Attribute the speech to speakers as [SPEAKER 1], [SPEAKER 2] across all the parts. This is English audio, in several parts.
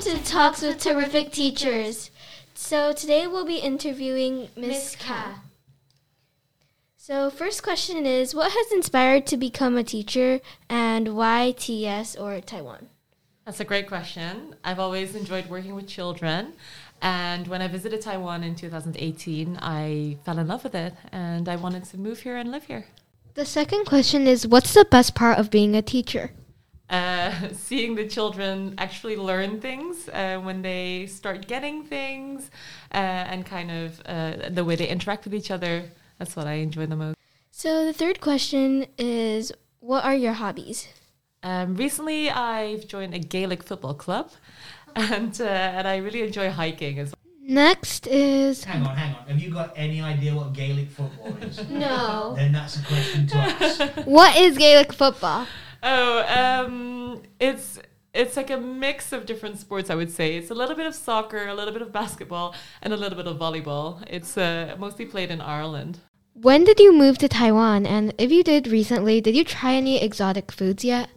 [SPEAKER 1] to Talks with Terrific Teachers. So today we'll be interviewing Miss Ka. So first question is, what has inspired to become a teacher, and why TS or Taiwan?
[SPEAKER 2] That's a great question. I've always enjoyed working with children. And when I visited Taiwan in 2018, I fell in love with it and I wanted to move here and live here.
[SPEAKER 1] The second question is, what's the best part of being a teacher?
[SPEAKER 2] Uh, seeing the children actually learn things uh, when they start getting things uh, and kind of uh, the way they interact with each other. That's what I enjoy the most.
[SPEAKER 1] So the third question is, what are your hobbies?
[SPEAKER 2] Um, recently, I've joined a Gaelic football club, and uh, and I really enjoy hiking as well.
[SPEAKER 1] Next is
[SPEAKER 3] Hang on, hang on. Have you got any idea what Gaelic football is?
[SPEAKER 1] no.
[SPEAKER 3] Then that's a question to ask.
[SPEAKER 1] What is Gaelic football?
[SPEAKER 2] Oh, um, it's it's like a mix of different sports. I would say it's a little bit of soccer, a little bit of basketball, and a little bit of volleyball. It's uh, mostly played in Ireland.
[SPEAKER 1] When did you move to Taiwan? And if you did recently, did you try any exotic foods yet?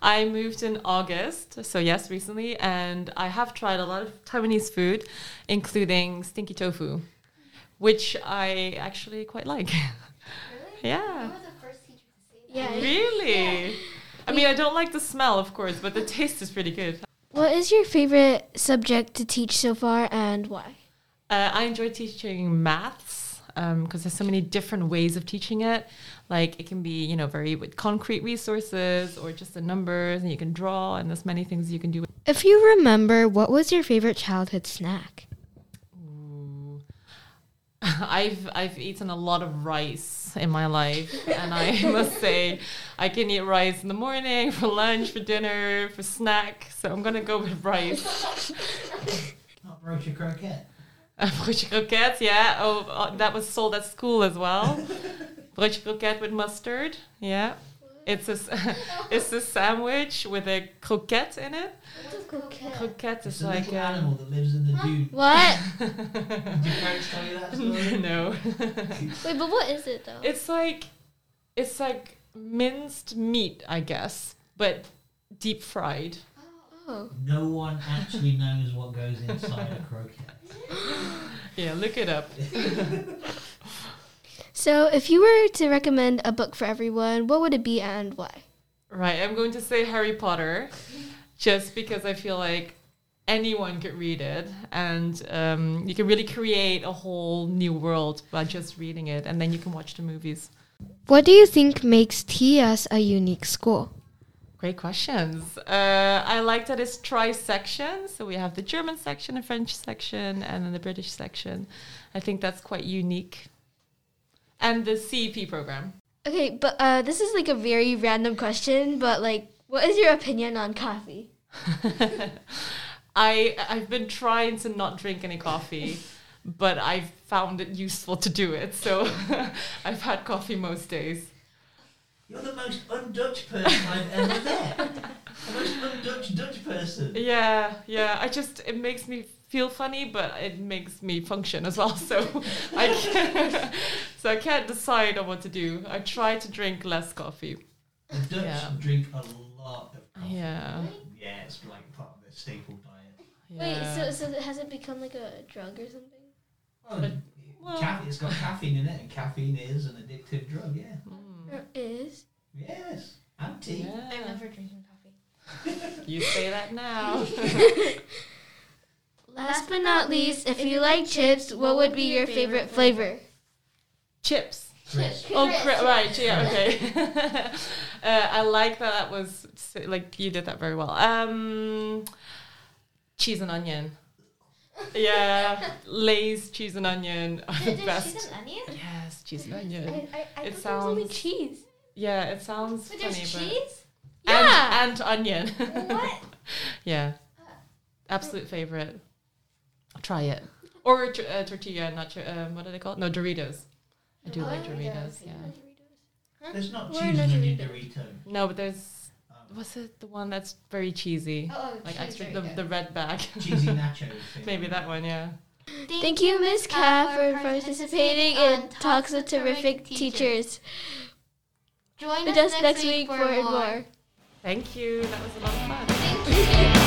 [SPEAKER 2] I moved in August, so yes, recently, and I have tried a lot of Taiwanese food, including stinky tofu, which I actually quite like. yeah.
[SPEAKER 1] Yeah.
[SPEAKER 2] Really? I mean, I don't like the smell, of course, but the taste is pretty good.
[SPEAKER 1] What is your favorite subject to teach so far and why?
[SPEAKER 2] Uh, I enjoy teaching maths because there's so many different ways of teaching it. Like it can be, you know, very with concrete resources or just the numbers, and you can draw, and there's many things you can do.
[SPEAKER 1] If you remember, what was your favorite childhood snack?
[SPEAKER 2] Ooh. I've I've eaten a lot of rice in my life, and I must say, I can eat rice in the morning for lunch, for dinner, for snack. So I'm gonna go with rice.
[SPEAKER 3] Not broach a croquette.
[SPEAKER 2] Broodje croquette, yeah. Oh, uh, that was sold at school as well. Broodje croquette with mustard, yeah. It's a, s- it's a sandwich with a croquette in it. Croquette
[SPEAKER 3] It's
[SPEAKER 2] is
[SPEAKER 3] a
[SPEAKER 2] like
[SPEAKER 3] little
[SPEAKER 2] um,
[SPEAKER 3] animal that lives in the dune.
[SPEAKER 1] What?
[SPEAKER 3] Did your parents tell you that story?
[SPEAKER 2] no,
[SPEAKER 1] Wait, but what is it though?
[SPEAKER 2] it's like it's like minced meat, I guess, but deep fried.
[SPEAKER 1] Oh.
[SPEAKER 3] No one actually knows what goes inside a croquette.
[SPEAKER 2] Yeah, look it up.
[SPEAKER 1] So, if you were to recommend a book for everyone, what would it be and why?
[SPEAKER 2] Right, I'm going to say Harry Potter, just because I feel like anyone could read it, and um, you can really create a whole new world by just reading it, and then you can watch the movies.
[SPEAKER 1] What do you think makes TS a unique school?
[SPEAKER 2] Great questions. Uh, I like that it's tri-section, so we have the German section, the French section, and then the British section. I think that's quite unique. And the CEP program.
[SPEAKER 1] Okay, but uh, this is like a very random question, but like, what is your opinion on coffee?
[SPEAKER 2] I I've been trying to not drink any coffee, but I've found it useful to do it. So I've had coffee most days.
[SPEAKER 3] You're the most un-Dutch person I've ever met. The most un-Dutch Dutch person.
[SPEAKER 2] Yeah, yeah. I just it makes me feel funny, but it makes me function as well. So I can't, so I can't decide on what to do. I try to drink less coffee.
[SPEAKER 3] The Dutch
[SPEAKER 2] Yeah.
[SPEAKER 3] drink a lot of coffee.
[SPEAKER 2] Yeah.
[SPEAKER 3] Yeah, it's like part of their staple diet.
[SPEAKER 2] yeah.
[SPEAKER 1] Wait, so so has it become like a drug or something?
[SPEAKER 3] Well,
[SPEAKER 2] well-
[SPEAKER 3] caffe- it's got caffeine in it, and caffeine is an addictive drug, yeah.
[SPEAKER 2] Mm.
[SPEAKER 1] Or is?
[SPEAKER 3] Yes, and tea.
[SPEAKER 2] yeah.
[SPEAKER 1] drinking coffee.
[SPEAKER 2] You say that now.
[SPEAKER 1] Last but not least, if you like chips, what would be your favorite flavor?
[SPEAKER 2] Chips.
[SPEAKER 3] Crisp.
[SPEAKER 2] Oh, cri- right. Yeah. Okay. uh, I like that. That was s- like you did that very well. Um, cheese and onion. Yeah, Lay's cheese and onion are the best.
[SPEAKER 1] onion?
[SPEAKER 2] Yes, cheese and onion.
[SPEAKER 1] I, I
[SPEAKER 2] It thought there was only sounds-
[SPEAKER 1] cheese.
[SPEAKER 2] Yeah, it sounds funny, but
[SPEAKER 1] Yeah.
[SPEAKER 2] and, and onion.
[SPEAKER 1] what? Uh, oh.
[SPEAKER 2] yeah, absolute favorite. Try it or tr- uh, tortilla, not tr- um, what are they called? No Doritos. I do
[SPEAKER 1] Oh,
[SPEAKER 2] like Doritos. Yeah.
[SPEAKER 3] There's not
[SPEAKER 1] We're
[SPEAKER 3] cheese
[SPEAKER 1] not
[SPEAKER 3] in your
[SPEAKER 1] Doritos.
[SPEAKER 3] Dorito.
[SPEAKER 2] No, but there's
[SPEAKER 3] Um,
[SPEAKER 2] what's it? The one that's very cheesy.
[SPEAKER 1] Oh,
[SPEAKER 2] like extra the, the red bag.
[SPEAKER 3] cheesy nachos.
[SPEAKER 2] Maybe that one, yeah.
[SPEAKER 1] Thank you, Ms. Ka, for participating in Talks with Terrific Teachers.
[SPEAKER 4] Join
[SPEAKER 1] Join us next week for more.
[SPEAKER 2] Thank you. That was a lot of fun.
[SPEAKER 4] Thank you.